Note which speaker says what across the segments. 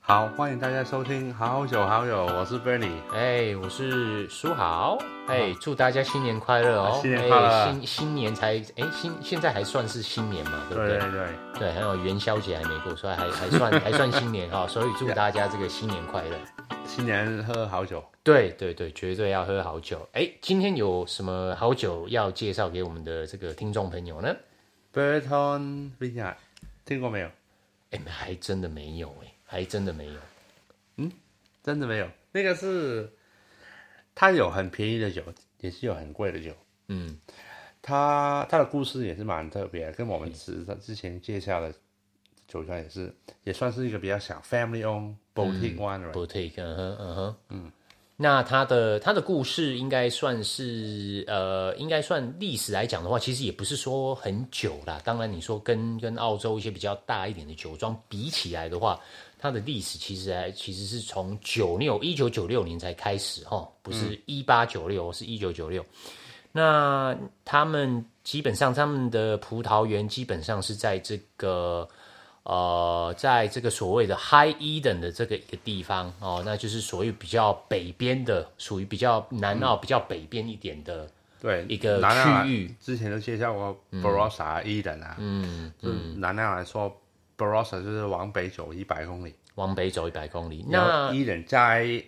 Speaker 1: 好，欢迎大家收听好酒好友，我是 Bernie。
Speaker 2: 哎，我是书豪，哎，祝大家新年快乐哦！
Speaker 1: 啊新年快乐
Speaker 2: 哎新新年才哎新现在还算是新年嘛，对不
Speaker 1: 对
Speaker 2: 对？
Speaker 1: 对对，
Speaker 2: 对，还有元宵节还没过，所以还 还算还算新年哈、所以祝大家这个新年快乐。
Speaker 1: 新年喝好酒。
Speaker 2: 对对对，绝对要喝好酒。哎，今天有什么好酒要介绍给我们的这个听众朋友呢？
Speaker 1: Burton Vineyard 听过没有？
Speaker 2: 哎，还真的没有哎，还真的没有。
Speaker 1: 真的没有。那个是，它有很便宜的酒，也是有很贵的酒。
Speaker 2: 嗯，
Speaker 1: 它它的故事也是蛮特别的，跟我们之之前介绍的酒庄也是，也算是一个比较小 family owned boutique winery。
Speaker 2: 不 take，嗯哼，嗯哼，嗯。那他的他的故事应该算是呃，应该算历史来讲的话，其实也不是说很久啦。当然，你说跟跟澳洲一些比较大一点的酒庄比起来的话，它的历史其实还其实是从九六一九九六年才开始哈，不是一八九六，是一九九六。那他们基本上他们的葡萄园基本上是在这个呃，在这个所谓的 High Eden 的这个一个地方哦，那就是所谓比较北边的，属于比较南澳比较北边一点的，
Speaker 1: 对，
Speaker 2: 一个
Speaker 1: 南澳来
Speaker 2: 区域嗯
Speaker 1: 之前都介绍过 Barossa、Eden 啊，嗯，就是南澳来说，Barossa 就是往北走一百公里，
Speaker 2: 往北走一百公里。
Speaker 1: 然后
Speaker 2: 那
Speaker 1: Eden 在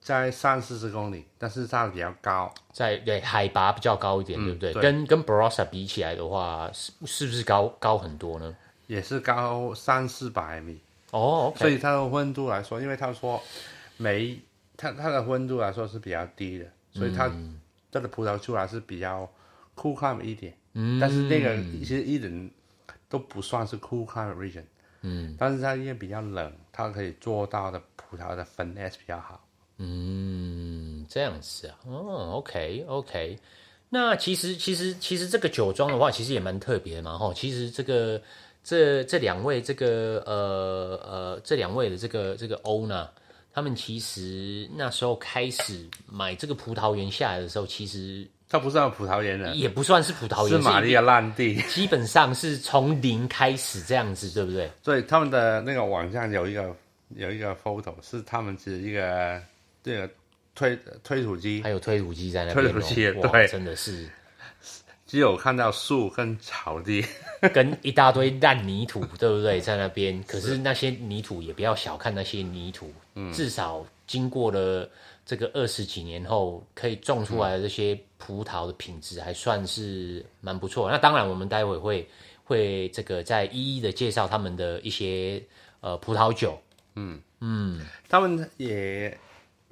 Speaker 1: 在三四十公里，但是它比较高，
Speaker 2: 在对海拔比较高一点，对不嗯对？
Speaker 1: 对
Speaker 2: 跟跟 Barossa 比起来的话，是是不是高高很多呢？
Speaker 1: 也是高三四百米，
Speaker 2: 哦
Speaker 1: 所
Speaker 2: ，OK，
Speaker 1: 以它的温度来说，因为他说没它它的温度来说是比较低的，所以它它的葡萄出来是比较 cool climate 一点，嗯，但是那个其实 Eden 都不算是 cool climate region。
Speaker 2: 嗯
Speaker 1: 但是它因为比较冷，它可以做到的葡萄的分 S 比较好。
Speaker 2: 嗯，这样子啊，哦，OK OK。那其实其实其实这个酒庄的话，其实也蛮特别的嘛，哈。其实这个这这两位这个呃呃这两位的这个这个 owner，他们其实那时候开始买这个葡萄园下来的时候，其实
Speaker 1: 它不是那种葡萄园的，
Speaker 2: 也不算是葡萄
Speaker 1: 是
Speaker 2: 园，
Speaker 1: 玛利亚烂地。
Speaker 2: 基本上是从零开始这样子，对不对？
Speaker 1: 所以他们的那个网站有一个有一个 photo 是他们只一个这个推推土机，
Speaker 2: 还有推土机在那边、哦，
Speaker 1: 推土机也
Speaker 2: 哇
Speaker 1: 对
Speaker 2: 真的是
Speaker 1: 只有看到树跟草地。
Speaker 2: 跟一大堆烂泥土，对不对？在那边，可是那些泥土也不要小看那些泥土，
Speaker 1: 嗯
Speaker 2: 至少经过了这个二十几年后，可以种出来的这些葡萄的品质还算是蛮不错。那当然，我们待会会会这个再一一的介绍他们的一些呃葡萄酒。
Speaker 1: 他们也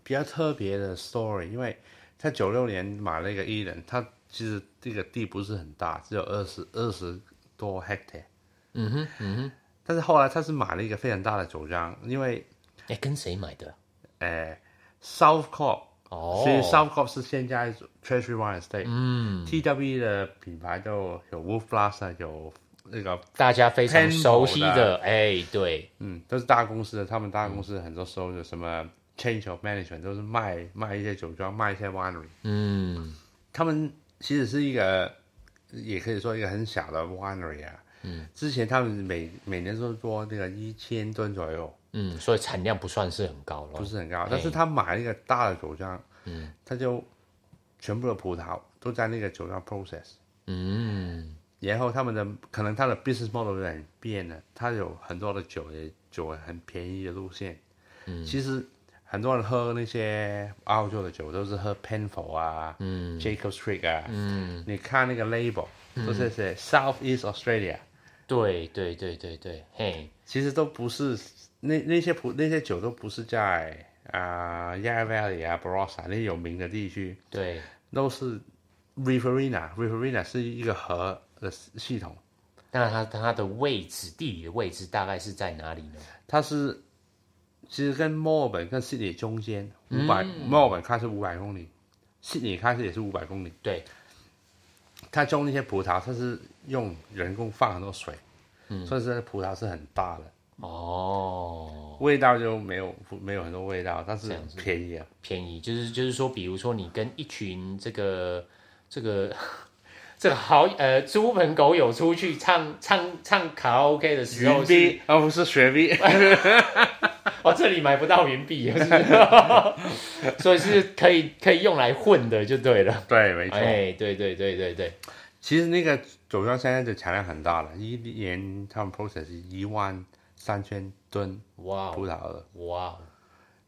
Speaker 1: 比较特别的 story，因为他九六年买了一个 Eden，他其实这个地不是很大，只有二十二十多 hectare。
Speaker 2: 嗯哼，嗯哼，
Speaker 1: 但是后来他是买了一个非常大的酒庄，因为
Speaker 2: 哎，跟谁买的？
Speaker 1: 呃 South Corp，
Speaker 2: 哦，
Speaker 1: 所以 South Corp 是现在 Treasury Wine Estate，嗯，TWE 的品牌都有 Wolf Plaza，有那个
Speaker 2: 大家非常
Speaker 1: Temple
Speaker 2: 熟悉
Speaker 1: 的
Speaker 2: 的，哎，对，
Speaker 1: 嗯，都是大公司的，他们大公司很多时候有什么 Change of Management 都是卖卖一些酒庄，卖一些 winery，
Speaker 2: 嗯
Speaker 1: 他们其实是一个，也可以说一个很小的 winery 啊。嗯，之前他们每每年都做那个一千吨左右，
Speaker 2: 嗯，所以产量不算是很高了
Speaker 1: 不。是很高，但是他买了一个大的酒庄，嗯，他就全部的葡萄都在那个酒庄 process，
Speaker 2: 嗯。
Speaker 1: 然后他们的可能他的 business model 有点变了，他有很多的酒也酒很便宜的路线，嗯，其实很多人喝那些澳洲的酒都是喝 Penfolds 啊，嗯，Jacob Street 啊，嗯，你看那个 label 都是写 South East Australia，
Speaker 2: 对对对对对，嘿，
Speaker 1: 其实都不是那那些葡那些酒都不是在啊、Yarra Valley 啊 Barossa 那些有名的地区，
Speaker 2: 对，
Speaker 1: 都是 Riverina Riverina 是一个河的系统，
Speaker 2: 那它它的位置，地理的位置大概是在哪里呢？
Speaker 1: 它是其实跟墨尔本跟悉尼中间五百、
Speaker 2: 嗯
Speaker 1: 墨尔本开始五百公里，悉尼开始也是五百公里，
Speaker 2: 对，
Speaker 1: 它种那些葡萄，它是用人工放很多水，
Speaker 2: 嗯
Speaker 1: 所以这些葡萄是很大的，
Speaker 2: 哦，
Speaker 1: 味道就没有没有很多味道，但是
Speaker 2: 这
Speaker 1: 很
Speaker 2: 样子
Speaker 1: 便宜啊。
Speaker 2: 便宜就是就是说，比如说你跟一群这个这个这个好呃猪朋狗友出去唱唱唱卡拉 OK 的时
Speaker 1: 云
Speaker 2: 候是，
Speaker 1: 逼，而、不是雪逼。
Speaker 2: 哦，这里买不到云币，是不是 所以是可以可以用来混的就对了。
Speaker 1: 对，没错。
Speaker 2: 哎，对对对对对，
Speaker 1: 其实那个酒庄现在的产量很大了，一年他们 process 一万三千吨
Speaker 2: 哇哦
Speaker 1: 葡萄了。
Speaker 2: 哇，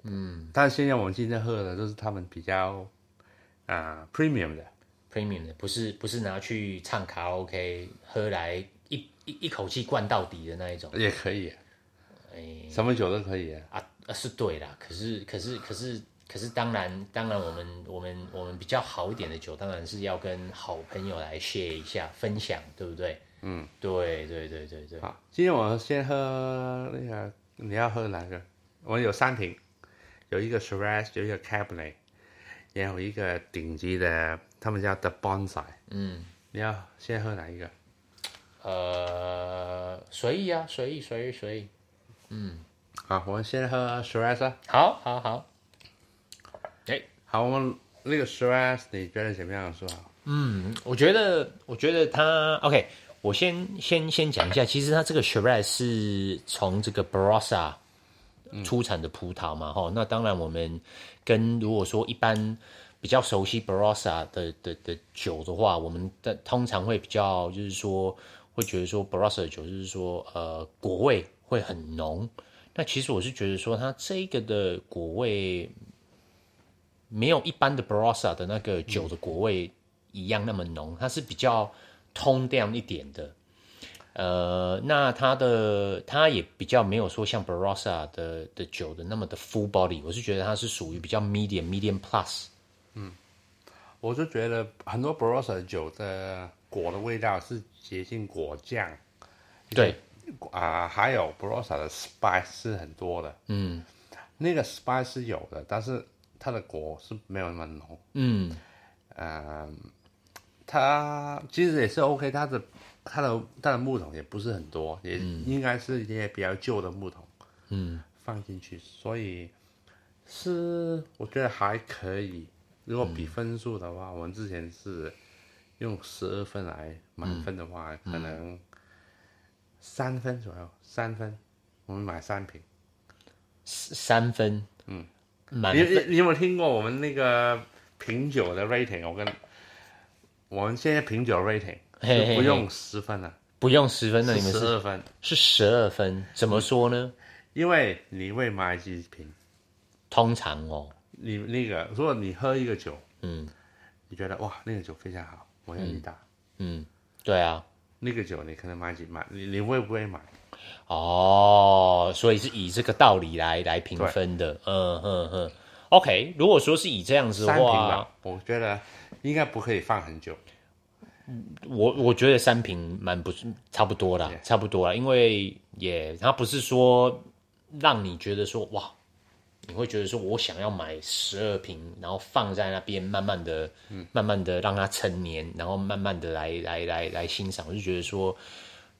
Speaker 2: 嗯
Speaker 1: 但现在我们现在喝的都是他们比较啊、呃 premium 的，
Speaker 2: premium 的，不是不是拿去唱卡拉 OK 喝来一一一口气灌到底的那一种，
Speaker 1: 也可以、
Speaker 2: 哎
Speaker 1: 什么酒都可以、啊。
Speaker 2: 啊啊是对啦，可是可是可是可是当然当然我们我们我们比较好一点的酒，当然是要跟好朋友来 share 一下分享，对不对？嗯，对对对对对，
Speaker 1: 好，今天我们先喝那个，你要喝哪个？我们有三瓶，有一个 Shiraz，有一个 Cabernet，也有一个顶级的，他们叫 The Bonsai。
Speaker 2: 嗯，
Speaker 1: 你要先喝哪一个？
Speaker 2: 呃，随意啊，随意随意随意，
Speaker 1: 好，我们先喝 Shiraz 啊。
Speaker 2: 好好好，哎，
Speaker 1: 好，我们那个 Shiraz 你觉得怎么样？说好。
Speaker 2: 嗯我觉得，我觉得它 OK。我先先先讲一下，其实它这个 Shiraz 是从这个 Barossa 出产的葡萄嘛，哈、那当然，我们跟如果说一般比较熟悉 Barossa 的的的酒的话，我们的通常会比较就是说会觉得说 Barossa 的酒就是说呃果味会很浓。那其实我是觉得说它这个的果味没有一般的 Barossa 的那个酒的果味一样那么浓，它是比较通 down 一点的。呃，那它的它也比较没有说像 Barossa 的的酒的那么的 full body，我是觉得它是属于比较 medium medium plus。
Speaker 1: 我就觉得很多 Barossa 的酒的果的味道是接近果酱，
Speaker 2: 对，
Speaker 1: 啊、还有 Barossa 的 spice 是很多的，嗯，那个 spice 是有的，但是它的果是没有那么浓，
Speaker 2: 嗯，
Speaker 1: 嗯，它其实也是 OK，它的它的它的木桶也不是很多，也应该是一些比较旧的木桶，嗯，放进去，所以是我觉得还可以。如果比分数的话，我们之前是用十二分来满分的话，可能三分左右，三分，我们买三瓶。
Speaker 2: 三分，嗯，满
Speaker 1: 你你你有没有听过我们那个品酒的 rating？我跟我们现在品酒 rating
Speaker 2: 嘿嘿
Speaker 1: 是
Speaker 2: 嘿
Speaker 1: 不用十分了，
Speaker 2: 不用十分的，你们
Speaker 1: 十
Speaker 2: 是
Speaker 1: 二分，
Speaker 2: 是十二分，怎么说呢？
Speaker 1: 因为你会买几瓶，
Speaker 2: 通常哦，
Speaker 1: 你那个如果你喝一个酒，
Speaker 2: 嗯
Speaker 1: 你觉得哇那个酒非常好，我要你打、
Speaker 2: 嗯，对啊，
Speaker 1: 那个酒，你可能买几买，你你会不会买？
Speaker 2: 哦，所以是以这个道理来来评分的，嗯嗯嗯。OK，如果说是以这样子的
Speaker 1: 三瓶
Speaker 2: 话，
Speaker 1: 吧，我觉得应该不可以放很久。
Speaker 2: 我我觉得三瓶蛮不差不多啦差不多啦，因为也它不是说让你觉得说哇，你会觉得说我想要买十二瓶，然后放在那边慢慢的、
Speaker 1: 嗯
Speaker 2: 慢慢的让它成年，然后慢慢的来来来来欣赏，我就觉得说。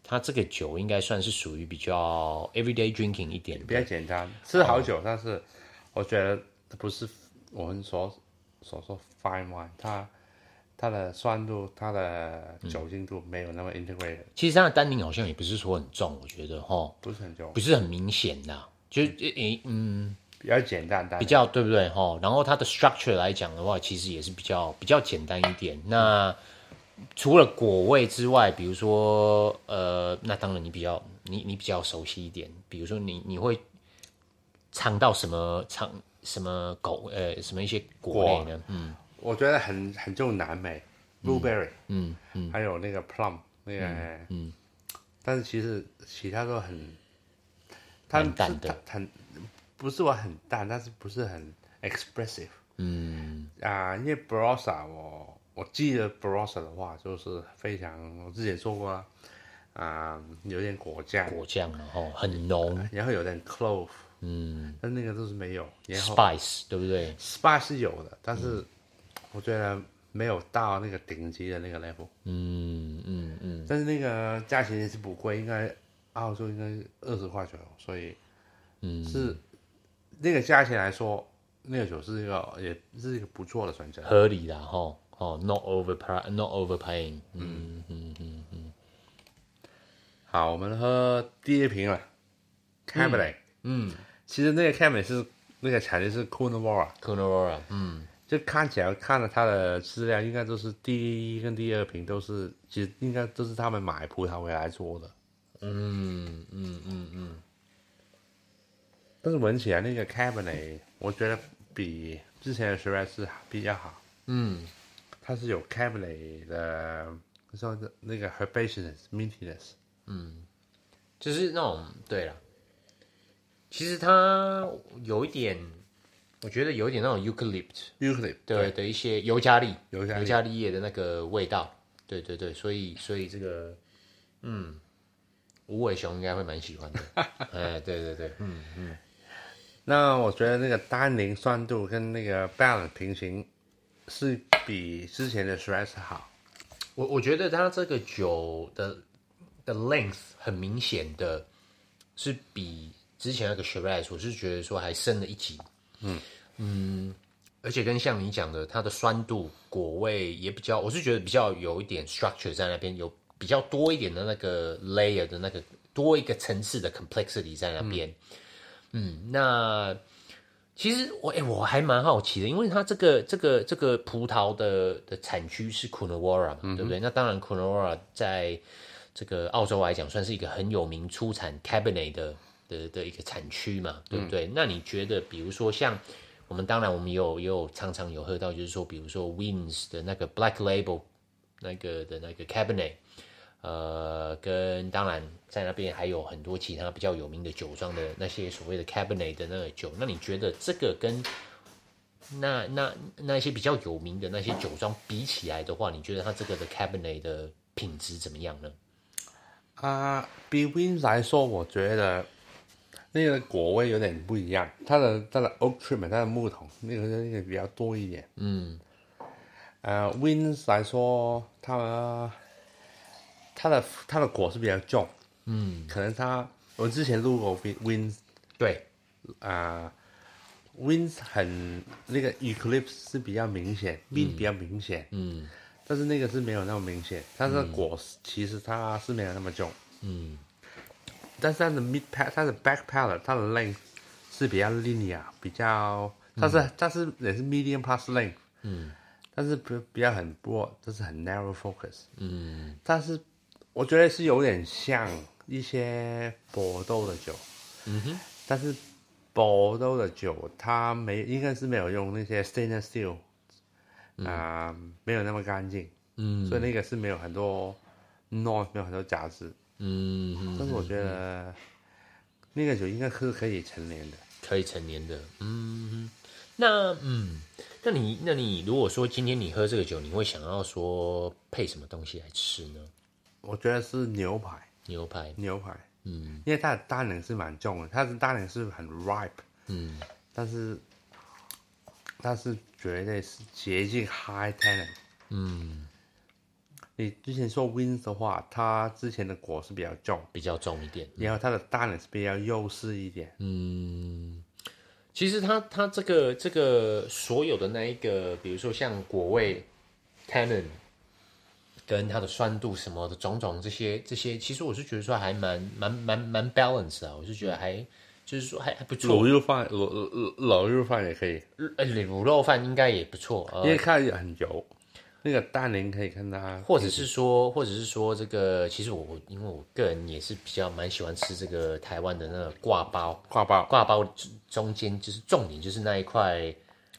Speaker 2: 它这个酒应该算是属于比较 everyday drinking 一点的
Speaker 1: 比较简单，是好酒，但是我觉得不是我们所所说 fine wine，它它的酸度、它的酒精度没有那么 integrated，、
Speaker 2: 其实它的单宁好像也不是说很重，我觉得哈，
Speaker 1: 不是很重，
Speaker 2: 不是很明显啦，就诶嗯
Speaker 1: 比较简单，但
Speaker 2: 比较对不对哈？然后它的 structure 来讲的话，其实也是比较比较简单一点。那除了果味之外，比如说呃，那当然你比较你你比较熟悉一点，比如说你你会尝到什么尝什么狗呃什么一些果类呢？嗯
Speaker 1: 我觉得很很重南美 blueberry，嗯嗯，还有那个 plum 那个，嗯，但是其实其他都很，它
Speaker 2: 蛮淡的
Speaker 1: 是它很不是我很淡，但是不是很 expressive，嗯啊、因为 Barossa 我我记得 Barossa 的话就是非常，我之前说过啊，啊、有点果酱，
Speaker 2: 果酱然后很浓
Speaker 1: 然后有点 clove，嗯，但那个都是没有，然后
Speaker 2: spice 对不对？
Speaker 1: SPA 是有的，但是我觉得没有到那个顶级的那个 level。
Speaker 2: 嗯嗯嗯，
Speaker 1: 但是那个价钱也是不贵，应该澳洲应该是二十块左右，所以嗯是那个价钱来说，那个酒是一个也是一个不错的选择。
Speaker 2: 合理啦哈哦，not overpay not overpaying，嗯
Speaker 1: 好，我们喝第一瓶了 c a b e r n e t 嗯，其实那个 Cameron 是那个产地是 c o o n a w a r a
Speaker 2: c o n o r a 嗯，
Speaker 1: 就看起来看了他的资料，应该都是第一跟第二瓶都是，其实应该都是他们买葡萄回来做的。
Speaker 2: 嗯嗯嗯嗯，
Speaker 1: 但是闻起来那个 Cabernet，我觉得比之前的 Shiraz 是比较好，
Speaker 2: 嗯，
Speaker 1: 它是有 Cabernet 的，说那个 herbaceous mintiness，
Speaker 2: 就是那种对了，其实它有一点，我觉得有一点那种 eucalypt
Speaker 1: eucalypt，
Speaker 2: 的的一些尤加利、
Speaker 1: 尤加利
Speaker 2: 尤加利叶的那个味道，对对对，所以所以这个，嗯，嗯无尾熊应该会蛮喜 欢的，哎，对对对，嗯，
Speaker 1: 那我觉得那个单宁酸度跟那个 balance 平行是比之前的 Shiraz 好。
Speaker 2: 我我觉得它这个酒的的 length 很明显的是比之前那个 Shiraz，我是觉得说还升了一级。嗯嗯，而且跟像你讲的，它的酸度、果味也比较，我是觉得比较有一点 structure 在那边，有比较多一点的那个 layer 的那个多一个层次的 complexity 在那边。嗯那其实我哎、诶我还蛮好奇的，因为它这个这个这个葡萄的的产区是 Coonawarra 嘛，对不对？那当然 Coonawarra 在这个澳洲来讲，算是一个很有名出产 Cabernet 的的的一个产区嘛，对不对？那你觉得，比如说像我们，当然我们也有也有常常有喝到，就是说，比如说 Wins 的那个 Black Label 那个的那个 Cabernet，呃，跟当然在那边还有很多其他比较有名的酒庄的那些所谓的 Cabernet 的那个酒，那你觉得这个跟那那那一些比较有名的那些酒庄比起来的话，你觉得它这个的 Cabernet 的品质怎么样呢？
Speaker 1: 啊、比 Win 来说，我觉得那个果味有点不一样，它的它的 oak treatment，它的木桶那个那个比较多一点。嗯，呃，Win 来说，它它的它的果是比较重，嗯，可能它我之前录过 Win
Speaker 2: 对，
Speaker 1: 啊、w i n s 很那个 Eclipse 是比较明显，Wind 比较明显，嗯，但是那个是没有那么明显，但是果实其实它是没有那么重，
Speaker 2: 嗯，
Speaker 1: 但是它的 mid pad，它的 back palate，它的 length 是比较 linear，比较，它是、它是也是 medium plus length，
Speaker 2: 嗯，
Speaker 1: 但是比比较很 broad，但是很 narrow focus，嗯，但是我觉得是有点像一些搏斗的酒，但是博豆的酒它没应该是没有用那些 stainless steel，啊、没有那么干净，
Speaker 2: 嗯
Speaker 1: 所以那个是没有很多 noise，没有很多杂质。
Speaker 2: 嗯，嗯
Speaker 1: 但是我觉得那个酒应该是可以成年的。
Speaker 2: 可以成年的，嗯，那嗯，那你那你如果说今天你喝这个酒，你会想要说配什么东西来吃呢？
Speaker 1: 我觉得是牛排，
Speaker 2: 牛排，
Speaker 1: 牛排，
Speaker 2: 嗯
Speaker 1: 因为它的单宁是蛮重的，它的单宁是很 ripe，
Speaker 2: 嗯
Speaker 1: 但是但是绝对是接近 high tannin。
Speaker 2: 嗯，
Speaker 1: 你之前说 wins 的话，它之前的果是比较重，
Speaker 2: 比较重一点，
Speaker 1: 然后它的单也是比较幼稚一点，
Speaker 2: 嗯，其实它它这个这个所有的那一个，比如说像果味、tannin，跟它的酸度什么的种种这些这些，其实我是觉得说还蛮蛮蛮蛮 balance 啊，我是觉得还就是说还还不错
Speaker 1: 卤。肉饭、卤卤卤肉饭也可以，
Speaker 2: 呃，卤肉饭应该也不错，呃
Speaker 1: 因，为看起来很油，那个单宁可以看它，
Speaker 2: 或者是说，或者是说这个，其实我我因为我个人也是比较蛮喜欢吃这个台湾的那个挂包，
Speaker 1: 挂包、
Speaker 2: 挂包中中间就是重点就是那一块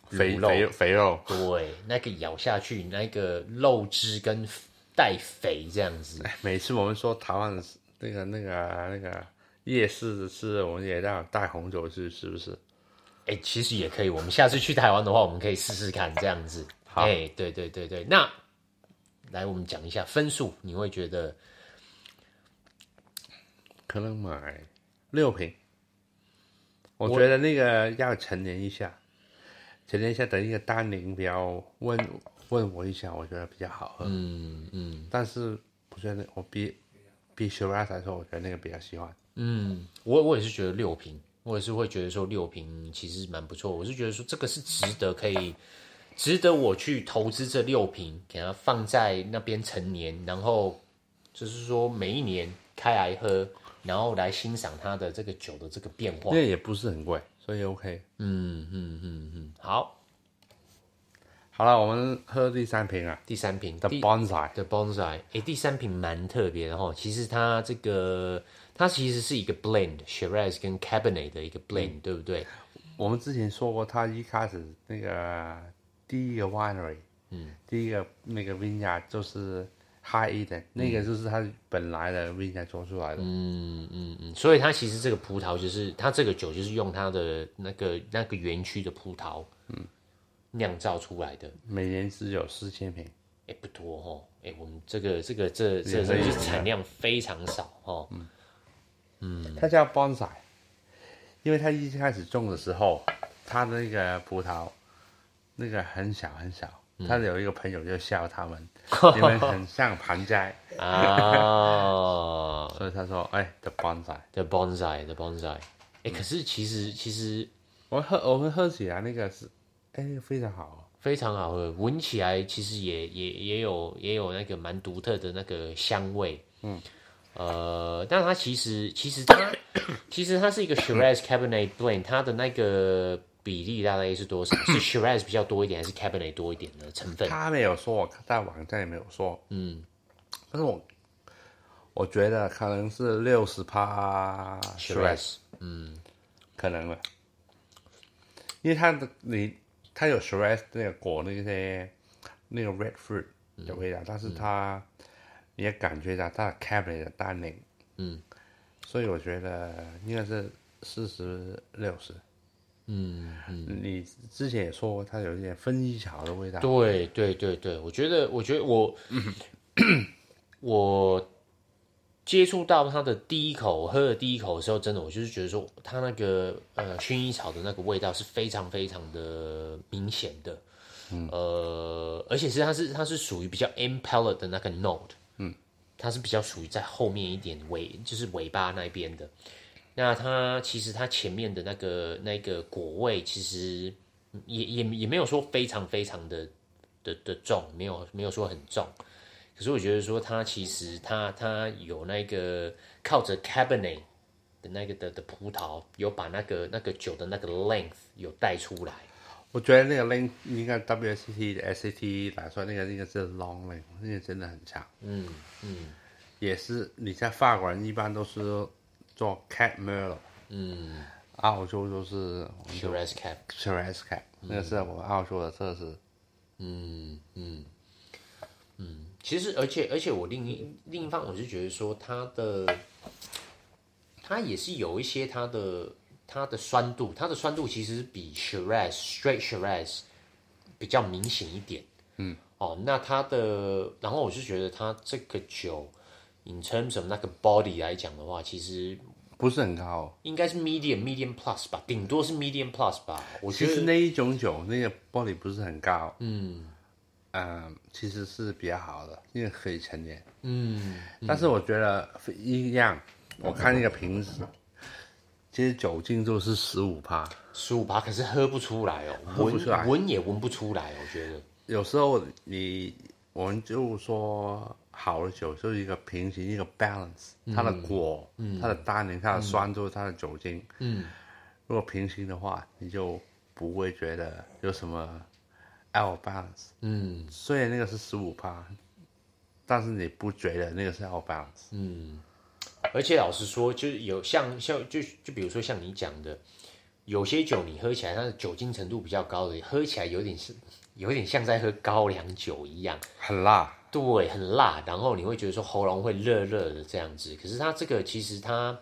Speaker 1: 肥
Speaker 2: 卤肉
Speaker 1: 肥肥肉，
Speaker 2: 对， 那个咬下去，那个肉汁跟带肥这样子。
Speaker 1: 哎每次我们说台湾的那个那个那个夜市的吃的，我们也要带红酒去，是不是？
Speaker 2: 哎、其实也可以，我们下次去台湾的话，我们可以试试看这样子。
Speaker 1: 好
Speaker 2: 哎、对对对对，那来我们讲一下分数，你会觉得
Speaker 1: 可能买六瓶，我
Speaker 2: 我
Speaker 1: 觉得那个要陈年一下，陈年一下，等一个单宁比较问问我一下，我觉得比较好喝。
Speaker 2: 嗯嗯
Speaker 1: 但是我觉得我比比 Shiraz 来说，我觉得那个比较喜欢。
Speaker 2: 嗯，我我也是觉得六瓶，我也是会觉得说六瓶其实蛮不错，我是觉得说这个是值得可以。值得我去投资这六瓶，给它放在那边成年，然后就是说每一年开来喝，然后来欣赏它的这个酒的这个变化
Speaker 1: 那。也不是很贵，所以 OK。
Speaker 2: 嗯嗯嗯嗯，好，
Speaker 1: 好了，我们喝第三瓶啊
Speaker 2: 第三瓶
Speaker 1: ，The
Speaker 2: 第
Speaker 1: Bonsai，
Speaker 2: 的 bonsai，哎，第三瓶蛮特别的哈。其实它这个，它其实是一个 blend Shiraz 跟 Cabernet 的一个 blend，、对不对？
Speaker 1: 我们之前说过，他一开始那个第一个 winery，嗯，第一个那个 vineyard 就是 High Eden，、那个就是他本来的 vineyard 做出来的，
Speaker 2: 嗯所以它其实这个葡萄就是它这个酒就是用它的那个那个园区的葡萄，嗯，酿造出来的。
Speaker 1: 每年只有四千瓶。
Speaker 2: 哎，不多哦，哎，我们这个这个这这这就是产量非常少哦。
Speaker 1: 它叫 bonsai，因为它一开始种的时候，它的那个葡萄那个很小很小。他有一个朋友就笑他们，你们很像盘斋，
Speaker 2: 啊，
Speaker 1: 所以他说：“哎，the bonsai。
Speaker 2: 的 bonsai 的 bonsai，哎，可是其实其实
Speaker 1: 我喝我们喝起来那个是，哎，非常好，
Speaker 2: 非常好喝，闻起来其实也也也有也有那个蛮独特的那个香味，嗯，呃，但它其实其实它 其实它是一 个 Shiraz Cabernet Blend，它的那个比例大概是多少？是 Shiraz 比较多一点，还是 Cabernet 多一点的成分？
Speaker 1: 他没有说，我看在网站也没有说，嗯，但是我我觉得可能是六十趴
Speaker 2: Shiraz
Speaker 1: 可能了，因为它的你它有 Shiraz 那个果那些那个 red fruit 的味道，但是它、你也感觉到它的 cabinet 的单宁，嗯，所以我觉得应该是四十六十，嗯嗯，你之前也说过它有一点薰衣草的味啊道，
Speaker 2: 对对对对，我觉得，我觉得我 我接触到它的第一口，我喝的第一口的时候，真的，我就是觉得说，它那个呃薰衣草的那个味道是非常非常的明显的，呃，而且是它是它是属于比较 i m p a l e 的那个 note，嗯，它是比较属于在后面一点尾，就是尾巴那边的。那它其实它前面的那个那个果味，其实也也也没有说非常非常的的的重，没有没有说很重。可是我觉得说它其实它它有那个靠着 Cabernet 的那个的的葡萄，有把那个那个酒的那个 length 有带出来。
Speaker 1: 我觉得那个 link 应该 WST 的 SCT 来说，那个那个是 long link，那个真的很强。嗯嗯，也是你在法国人一般都是做 cat merlot，嗯，澳洲都是
Speaker 2: Shiraz Cab，
Speaker 1: Shiraz cat，、那个是我们澳洲的特色。
Speaker 2: 其实而且而且我另一另一方我是觉得说它的它也是有一些它的它的酸度，它的酸度其实比 Shiraz Straight Shiraz 比较明显一点。嗯，哦，那它的，然后我是觉得它这个酒，in terms of 那个 body 来讲的话，其实
Speaker 1: 不是很高，
Speaker 2: 应该是 medium medium plus 吧，顶多是 medium plus 吧。我觉
Speaker 1: 其实
Speaker 2: 得
Speaker 1: 那一种酒那个 body 不是很高，嗯，嗯，其实是比较好的，因为可以陈年，嗯，但是我觉得一样，我看那个瓶子，其实酒精就是十五趴，
Speaker 2: 十五趴，可是喝不出来哦，
Speaker 1: 喝不出来
Speaker 2: 闻闻也闻不出来，我觉得。
Speaker 1: 有时候你我们就说好的酒就是一个平行，一个 balance，它的果、它的单宁、它的酸度、它的酒精，嗯，如果平行的话，你就不会觉得有什么 out of balance。
Speaker 2: 嗯
Speaker 1: 虽然那个是十五趴，但是你不觉得那个是 out of balance？、
Speaker 2: 而且老实说，就是有像像就就比如说像你讲的，有些酒你喝起来它的酒精程度比较高的，喝起来有点是有点像在喝高粱酒一样，
Speaker 1: 很辣，
Speaker 2: 对，很辣，然后你会觉得说喉咙会热热的这样子。可是它这个其实它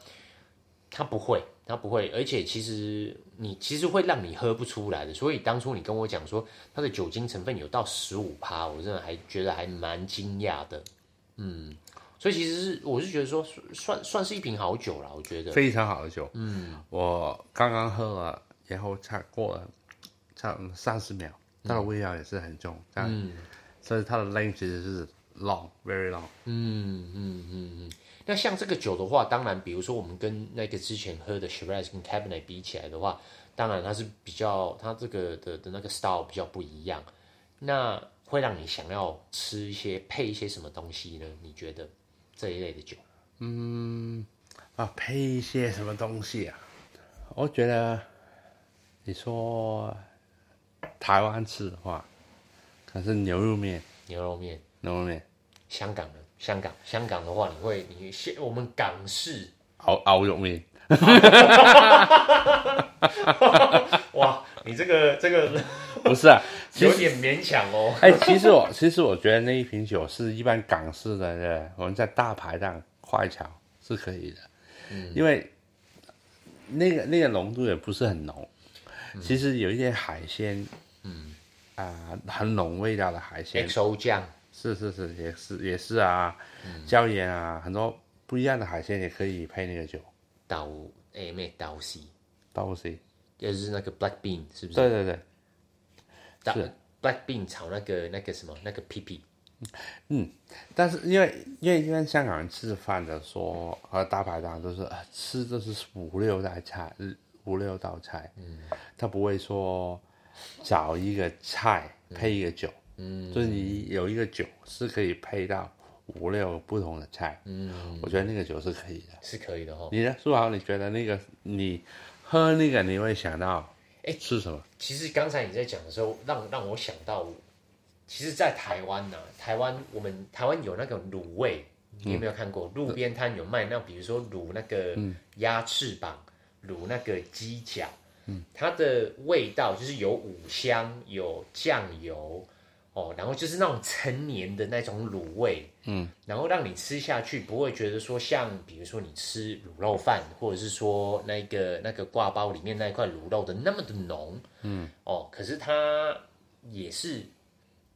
Speaker 2: 它不会，它不会，而且其实你其实会让你喝不出来的。所以当初你跟我讲说它的酒精成分有到十五趴，我真的还觉得还蛮惊讶的。嗯，所以其实是我是觉得说算算是一瓶好酒啦，我觉得。
Speaker 1: 非常好的酒。嗯，我刚刚喝了，然后差过了差三十秒，它的味道也是很重，但、所以它的 length 其实是 long，very long。
Speaker 2: 嗯那像这个酒的话，当然，比如说我们跟那个之前喝的 Shiraz 跟 Cabernet 比起来的话，当然它是比较它这个的的那个 style 比较不一样，那会让你想要吃一些配一些什么东西呢？你觉得这一类的酒？
Speaker 1: 啊，配一些什么东西啊？我觉得你说台湾吃的话，可是牛肉面，
Speaker 2: 牛肉面。
Speaker 1: 牛肉面
Speaker 2: 香港人，香港，香港的话，你会你现我们港式，
Speaker 1: 熬熬肉面，
Speaker 2: 哇， 你这个这个
Speaker 1: 不是啊？其
Speaker 2: 有
Speaker 1: 实
Speaker 2: 点勉强哦。
Speaker 1: 哎、其实我 其实我觉得那一瓶酒是一般港式的，呃我们在大排档快炒是可以的，因为那个那个浓度也不是很浓，其实有一些海鲜，嗯啊、很浓味道的海鲜，
Speaker 2: XO 酱，
Speaker 1: 是是是，也是也是啊，椒盐啊，很多不一样的海鲜也可以配那个酒，
Speaker 2: 岛诶咩岛西，
Speaker 1: 倒是，
Speaker 2: 就是那个 black bean 是不是？
Speaker 1: 对对对，
Speaker 2: 岛
Speaker 1: 是
Speaker 2: black bean 炒那个那个什么那个屁屁，
Speaker 1: 但是因为因为因为香港人吃饭的说和大排档都是呃吃都是五六道菜，呃五六道菜，嗯，他不会说找一个菜配一个酒，嗯，就是你有一个酒是可以配到五六不同的菜，嗯，我觉得那个酒是可以的。
Speaker 2: 是可以的哦。
Speaker 1: 你呢，苏豪？你觉得那个你喝那个你会想到
Speaker 2: 哎
Speaker 1: 吃什么？
Speaker 2: 其实刚才你在讲的时候，让让我想到，其实，在台湾呢、台湾我们台湾有那个卤味，你有没有看过？路边摊有卖，那比如说卤那个鸭翅膀，卤那个鸡脚，它的味道就是有五香，有酱油，哦，然后就是那种陈年的那种卤味，嗯，然后让你吃下去不会觉得说像比如说你吃卤肉饭，或者是说那个那个挂包里面那一块卤肉的那么的浓，嗯，哦，可是它也是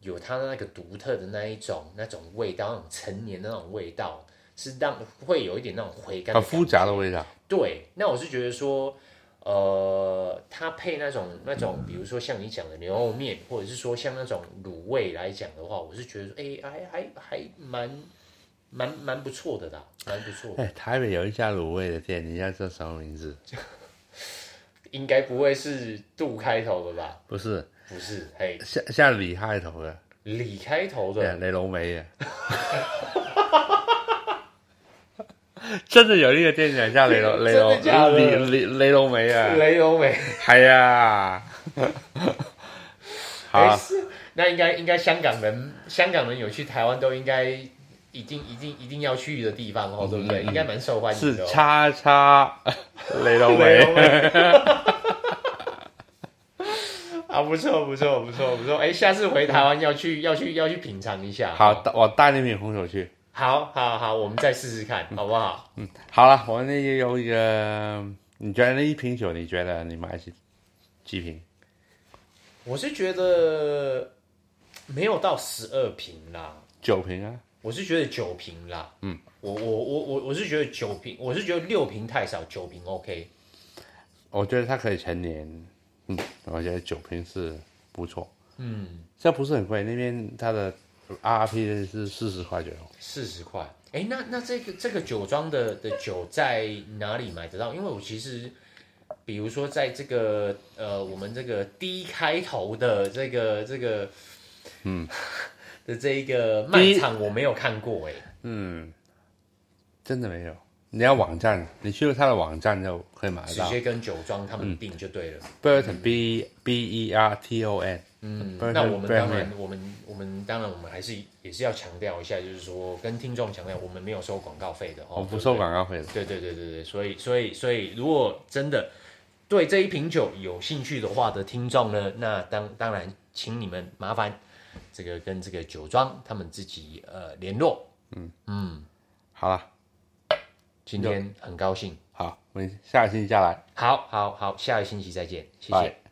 Speaker 2: 有它的那个独特的那一种那种味道，那种陈年的那种味道，是让会有一点那种回甘的
Speaker 1: 很
Speaker 2: 感觉
Speaker 1: 复杂的味道，
Speaker 2: 对，那我是觉得说，呃，它配那种那种，比如说像你讲的牛肉面，或者是说像那种卤味来讲的话，我是觉得说，哎、还还还蛮蛮蛮不错的啦，蛮不错的。
Speaker 1: 哎，台北有一家卤味的店，你知道叫什么名字？
Speaker 2: 应该不会是杜开头的吧？
Speaker 1: 不是，
Speaker 2: 不是，嘿，
Speaker 1: 像像李开头的，
Speaker 2: 李开头
Speaker 1: 对，
Speaker 2: 的，
Speaker 1: 雷龙梅 的，真的有一个店员叫雷龙雷
Speaker 2: 真的假
Speaker 1: 龙
Speaker 2: 的
Speaker 1: 李李雷龙梅啊，
Speaker 2: 雷欧美，
Speaker 1: 系啊， 好
Speaker 2: 没
Speaker 1: 啊，
Speaker 2: 事。哎那应该应该香港人，香港人有去台湾都应该一定一定一定要去的地方哦，对不对？应该蛮受欢
Speaker 1: 嗯
Speaker 2: 迎
Speaker 1: 是
Speaker 2: 的、哦。
Speaker 1: 叉叉雷龙
Speaker 2: 没
Speaker 1: 梅，
Speaker 2: 有。 啊，不错不错不错不错，哎，下次回台湾要去要去要去品尝一下。
Speaker 1: 好，我带那瓶红酒去。
Speaker 2: 好，好，好，我们再试试看，好不好？
Speaker 1: 好了，我那也有一个，你觉得那一瓶酒，你觉得你买几几瓶？
Speaker 2: 我是觉得没有到十二瓶啦，
Speaker 1: 九瓶啊？
Speaker 2: 我是觉得九瓶啦。嗯，我我我我我是觉得九瓶，我是觉得六瓶太少，九瓶 OK。
Speaker 1: 我觉得它可以成年，嗯，我觉得酒瓶是不错，嗯，这不是很贵，那边它的 RRP 是四十块左右，
Speaker 2: 四十块。哎，那那这个这个酒庄的的酒在哪里买得到？因为我其实，比如说在这个呃，我们这个 D 开头的这个这个， 嗯，的这一个卖
Speaker 1: D-
Speaker 2: 场我没有看过哎。
Speaker 1: 真的没有。你要网站，你去它的网站就可以买得
Speaker 2: 直
Speaker 1: 到
Speaker 2: 接跟酒庄他
Speaker 1: 嗯
Speaker 2: 们订就对了。
Speaker 1: ，Burton B B E R T O N，
Speaker 2: 嗯，
Speaker 1: 不然
Speaker 2: 那
Speaker 1: 就
Speaker 2: 我们
Speaker 1: 不然
Speaker 2: 当然
Speaker 1: 没，
Speaker 2: 我们我们当然，我们还是也是要强调一下，就是说跟听众强调，我们没有收广告费的哦，
Speaker 1: 我不
Speaker 2: 对
Speaker 1: 收
Speaker 2: 对
Speaker 1: 广告费的。
Speaker 2: 对对对对对，所以所以所以，如果真的对这一瓶酒有兴趣的话的听众呢，那当当然，请你们麻烦这个跟这个酒庄他们自己呃联络。
Speaker 1: 好了，
Speaker 2: 今天很高兴，
Speaker 1: 好，我们下个星期再来。
Speaker 2: 好好好，下个星期再见，谢
Speaker 1: 拜
Speaker 2: 谢。